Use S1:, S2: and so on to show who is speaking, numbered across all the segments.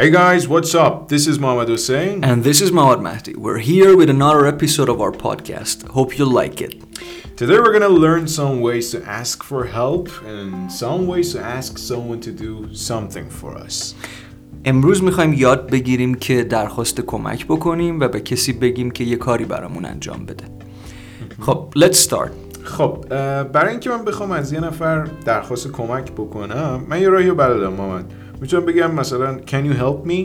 S1: Hey guys, what's up? This is Mohammad Hussein.
S2: And this is Mawad Mahdi. We're here with another episode of our podcast. Hope you like it.
S1: Today we're gonna learn some ways to ask for help and some ways to ask someone to do something for us.
S2: امروز میخوایم یاد بگیریم که درخواست کمک بکنیم و به کسی بگیم که یه کاری برامون انجام بده. خب, let's start.
S1: خب اه، uh, برای اینکه من بخوام از یه نفر درخواست کمک بکنم من یه راهی رو بلدم محمد میتونم بگم مثلا can you help me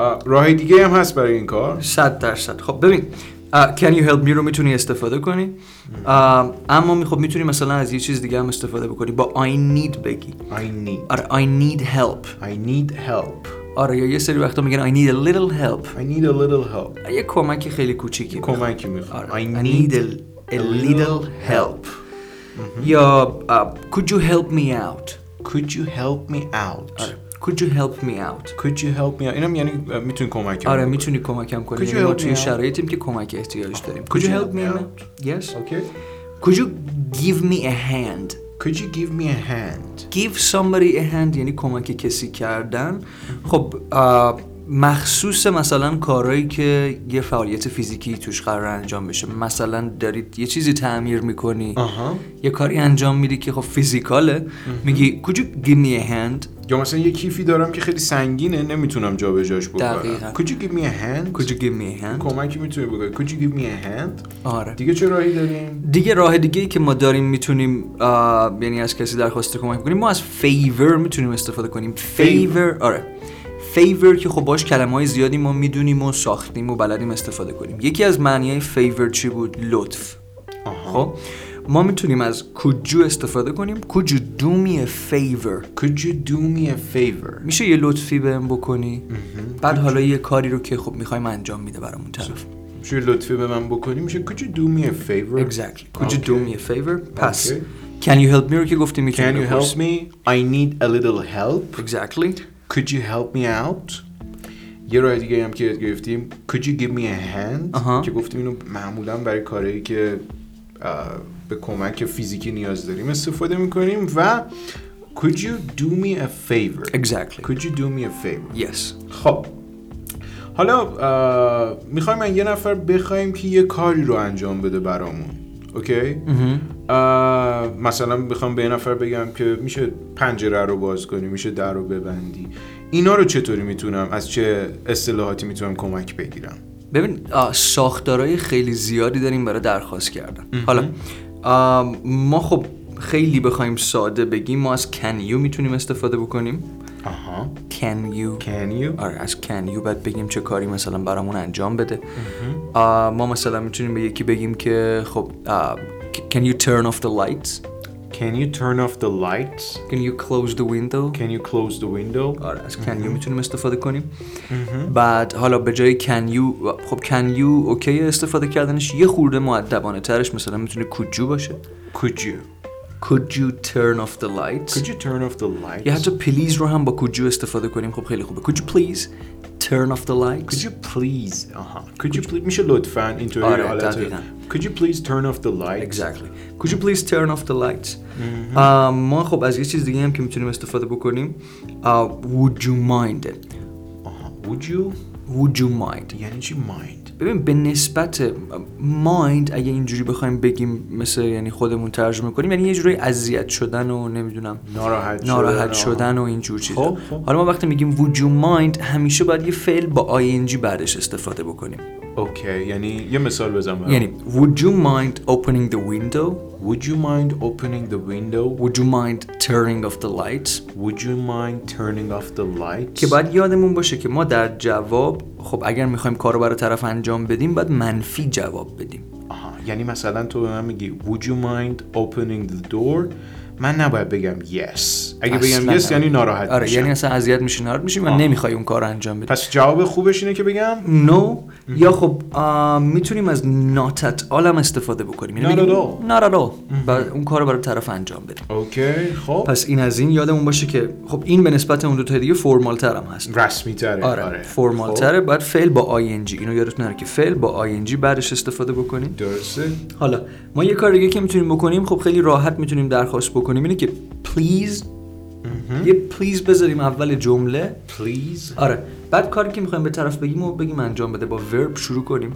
S1: اه، راه دیگه هم هست برای این کار
S2: صد درصد. خب ببین آه، can you help me رو میتونی استفاده کنی آه، اما می- خب میتونی مثلا از یه چیز دیگه هم استفاده بکنی با I need بگی
S1: I need
S2: آره I need help
S1: I need help
S2: آره یا یه سری وقتا میگن I need a little help
S1: I need a little help
S2: یه کمک خیلی کوچیکی
S1: کمکی میخوام
S2: آره.
S1: I
S2: I need
S1: need
S2: a, a little Mm-hmm. help یا آه، could you help me out
S1: Could you help me out
S2: آره could you help me out
S1: Could you help me out اینم یعنی اه، میتونی کمکم
S2: آره
S1: بکنی.
S2: میتونی کمکم کنی
S1: Could you
S2: یعنی ما
S1: help
S2: توی
S1: me out?
S2: شرایطیم که کمک احتیاج داریم could you help me out yes
S1: Okay.
S2: could you give me a hand
S1: Could you give me a hand?
S2: give somebody a hand یعنی کمک کسی کردن خب آه، مخصوص مثلا کارهایی که یه فعالیت فیزیکی توش قرار انجام بشه مثلا دارید یه چیزی تعمیر میکنی
S1: آها.
S2: یه کاری انجام میدی که خب فیزیکاله میگی could you give me a hand
S1: یا مثلا یه کیفی دارم که خیلی سنگینه نمیتونم جابجاش
S2: دقیقاً.
S1: بکنم. Could you give me a hand?
S2: could you give me a hand
S1: کمکی میتونی بکنی. Could you give me a hand?
S2: آره
S1: دیگه چه راهی داریم؟
S2: دیگه راه دیگه ای که ما داریم میتونیم آه، یعنی از کسی درخواست کمک کنیم ما از فیور میتونیم استفاده کنیم فیور آره فیور که خب باش کلمه های زیادی ما میدونیم و ساختیم و بلدیم استفاده کنیم یکی از معنی های فیور چی بود لطف
S1: آها.
S2: خب ما میتونیم از کوجو استفاده کنیم کوجو دو می فیور
S1: Could you do me a favor?
S2: میشه یه لطفی بهم بکنی بعد حالا یه کاری رو که خب میخوایم انجام میده برامون طرف
S1: میشه لطفی به من بکنی میشه Could you do me a favor?
S2: Exactly. Could you
S1: Okay.
S2: do me a favor? پس
S1: Okay.
S2: Can you help me رو که گفتیم
S1: Can
S2: میتونی
S1: you help
S2: بپرسی.
S1: me? I need a little help.
S2: Exactly.
S1: Could you help me out? یه راه دیگه هم که گرفتیم Could you give me a hand?
S2: آها.
S1: که گفتیم اینو معمولا برای کارهایی که اه، به کمک فیزیکی نیاز داریم استفاده میکنیم و Could you do me a favor?
S2: Exactly.
S1: Could you do me a favor?
S2: Yes.
S1: خب حالا میخوایم از یه نفر بخوایم که یه کاری رو انجام بده برامون اوکی؟ اه، مثلا میخوام به یه نفر بگم که میشه پنجره رو باز کنی میشه در رو ببندی اینا رو چطوری میتونم از چه اصطلاحاتی میتونم کمک بگیرم
S2: ببین آه، ساختارهای خیلی زیادی داریم برای درخواست کردن حالا آم، ما خب خیلی بخوایم ساده بگیم ما از can you میتونیم استفاده بکنیم
S1: آها
S2: can you
S1: can you
S2: آره از can you بعد بگیم چه کاری مثلا برامون انجام بده آه، ما مثلا میتونیم به یکی بگیم که خب آه، can you turn off the lights
S1: can you turn off the lights
S2: can you close the window
S1: can you close the window
S2: آره از can you میتونیم استفاده کنیم بعد حالا به جای can you خب can you اوکی استفاده کردنش یه خورده معدبانه ترش مثلا میتونه could you باشه
S1: could you
S2: could you turn off the lights
S1: could you turn off the lights
S2: یا حتی please رو هم با could you استفاده کنیم خب خیلی خوبه could you please turn off the lights
S1: could you please آها could you please میشه لطفا اینطوری
S2: آره،
S1: حالت-
S2: دقیقاً.
S1: could you please turn off the lights
S2: exactly could you please turn off the lights
S1: Mm-hmm.
S2: آه، ما خب از یه چیز دیگه هم که میتونیم استفاده بکنیم آه، would you mind it
S1: آها Uh-huh. would you
S2: would you mind
S1: یعنی چی mind
S2: ببین به نسبت مایند اگه اینجوری بخوایم بگیم مثل یعنی خودمون ترجمه کنیم یعنی یه جوری اذیت شدن و نمیدونم
S1: ناراحت شدن
S2: ناراحت
S1: آها.
S2: شدن و اینجور چیزا
S1: خب، خب.
S2: حالا ما وقتی میگیم would you mind همیشه باید یه فعل با ing بعدش استفاده بکنیم
S1: اوکی یعنی یه مثال بزن برام.
S2: یعنی would you mind opening the window
S1: Would you mind opening the window?
S2: would you mind turning off the lights
S1: Would you mind turning off the lights?
S2: که باید یادمون باشه که ما در جواب خب اگر میخوایم کارو برای طرف انجام بدیم باید منفی جواب بدیم
S1: آها یعنی مثلا تو به من میگی Would you mind opening the door? من نباید بگم yes. اگه بگم
S2: اصلاً
S1: yes یعنی ناراحت
S2: آره
S1: میشم.
S2: یعنی اصلا اذیت میشی ناراحت میشی و نمیخوای اون کار رو انجام بدی
S1: پس جواب خوبش اینه که بگم
S2: نو یا خب آه، میتونیم از not at all هم استفاده بکنیم
S1: Not
S2: بگیم
S1: at all.
S2: not at all و اون کار رو برای طرف انجام بدیم
S1: اوکی خب
S2: پس این از این یادمون باشه که خب این به نسبت اون دو تا دیگه فرمال تر هم هست
S1: رسمی تره
S2: آره,
S1: خب،
S2: فرمال تره بعد فعل با ing اینو یادتون نره که فعل با ing بعدش استفاده بکنیم
S1: درسته
S2: حالا ما یه کار دیگه که میتونیم بکنیم خب خیلی راحت میتونیم درخواست بکنیم اینه که please یه پلیز بذاریم اول جمله
S1: پلیز
S2: آره بعد کاری که میخوایم به طرف بگیم و بگیم انجام بده با ورب شروع کنیم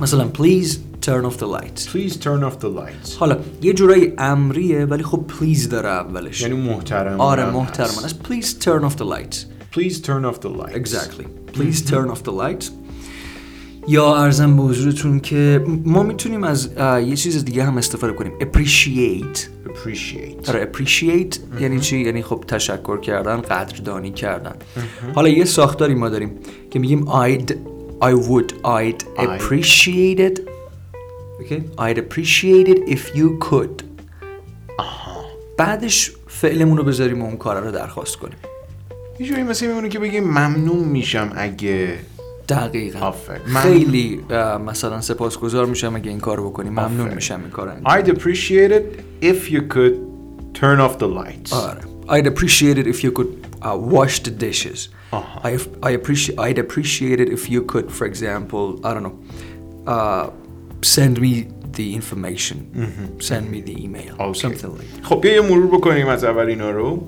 S2: مثلا please turn off the lights
S1: پلیز turn off the lights
S2: حالا یه جورایی امریه ولی خب please داره اولش
S1: یعنی محترم
S2: آره محترمان است please turn off the lights
S1: پلیز turn off the lights
S2: Exactly. Please turn off the lights. یا ارزم به حضورتون که ما میتونیم از اه، یه چیز دیگه هم استفاده کنیم appreciate
S1: appreciate
S2: آره appreciate یعنی چی یعنی خب تشکر کردن قدردانی کردن حالا یه ساختاری ما داریم که میگیم I'd I would I'd appreciate it okay? I'd appreciate it if you could بعدش فعلمون رو بذاریم و اون کار رو درخواست کنیم
S1: یه جوری مثل میمونه که بگیم ممنون میشم اگه
S2: دقیقا
S1: آفرین.
S2: خیلی اه، مثلا سپاسگزار میشم اگه این کارو بکنی ممنون
S1: آفرین.
S2: میشم این کار انجام
S1: I'd appreciate it if you could turn off the lights
S2: آره. I'd appreciate it if you could uh, wash the dishes.
S1: آها.
S2: I, I appreciate I'd appreciate it if you could, for example, I don't know, uh, send me the information, send me the email,
S1: Okay.
S2: something like that.
S1: خب بیا یه مرور بکنیم از اول اینا رو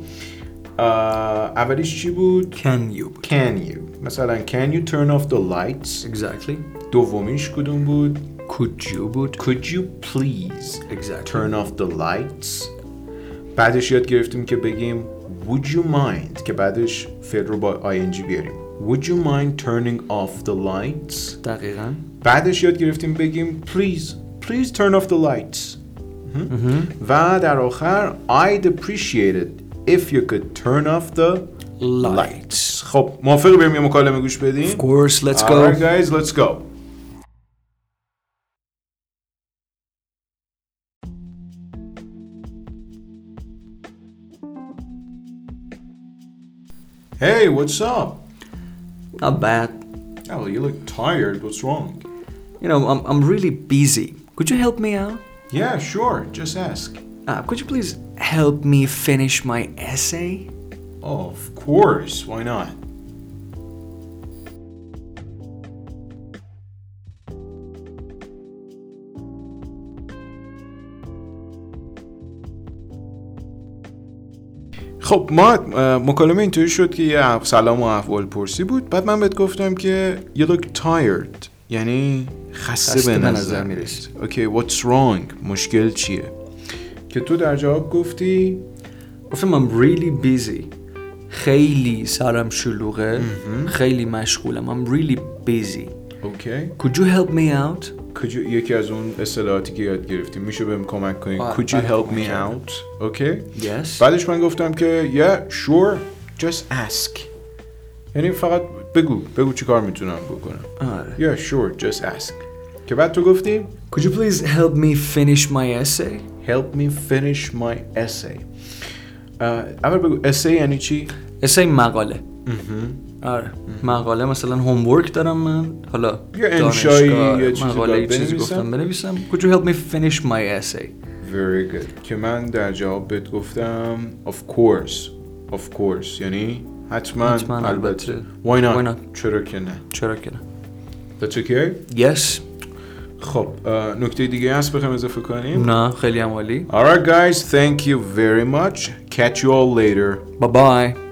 S1: آه، اولیش چی بود
S2: Can you? بود.
S1: can you مثلا can you turn off the lights
S2: Exactly.
S1: دومیش کدوم بود
S2: Could you? بود.
S1: could you please
S2: Exactly.
S1: turn off the lights بعدش یاد گرفتیم که بگیم would you mind که بعدش فعل رو با ing بیاریم would you mind turning off the lights
S2: دقیقاً.
S1: بعدش یاد گرفتیم بگیم please please turn off the lights و در آخر I'd appreciate it if you could turn off the lights خب موافقی بریم یه مکالمه گوش بدیم
S2: Of course, let's go.
S1: Alright guys, let's go Hey, what's up?
S2: Not bad.
S1: Oh, you look tired. What's wrong?
S2: You know, I'm I'm really busy. Could you help me out?
S1: Yeah, sure. Just ask.
S2: Uh, could you please help me finish my essay?
S1: Oh, of course. Why not? خب ما اه، مکالمه اینطوری شد که یه اح- سلام و احوال پرسی بود بعد من بهت گفتم که you look tired یعنی خسته به نظر میرسی اوکی what's wrong مشکل چیه که تو در جواب گفتی
S2: گفتم I'm really busy خیلی سرم شلوغه خیلی مشغولم I'm really busy
S1: اوکی
S2: Could you help me out?
S1: Could you, یکی از اون اصطلاحاتی که یاد گرفتیم میشه بهم کمک کنین
S2: آره،
S1: Could you
S2: بله،
S1: help
S2: کمک
S1: me
S2: کردم.
S1: out اوکی
S2: Yes
S1: بعدش من گفتم که yeah sure just ask یعنی فقط بگو بگو چی کار میتونم بکنم
S2: آره.
S1: yeah sure just ask که بعد تو گفتی
S2: Could you please help me finish my essay?
S1: help me finish my essay اه، اول بگو essay یعنی چی
S2: essay مقاله آره مقاله مثلا homework دارم من حالا
S1: یه انشایی،
S2: دانشگاه،
S1: یه چیزی
S2: مقاله
S1: باید
S2: یه چیزی
S1: بنویسم.
S2: گفتم بنویسم Could you help me finish my essay?
S1: very good که من در جواب بهت گفتم of course of course یعنی حتما,
S2: حتماً، البته.
S1: Why, not?
S2: Why not?
S1: چرا که نه
S2: چرا که نه
S1: That's okay
S2: Yes
S1: خب اه، نکته دیگه هست بخوایم اضافه کنیم
S2: نه خیلی هم عالی
S1: Alright guys, thank you very much. Catch you all later.
S2: Bye bye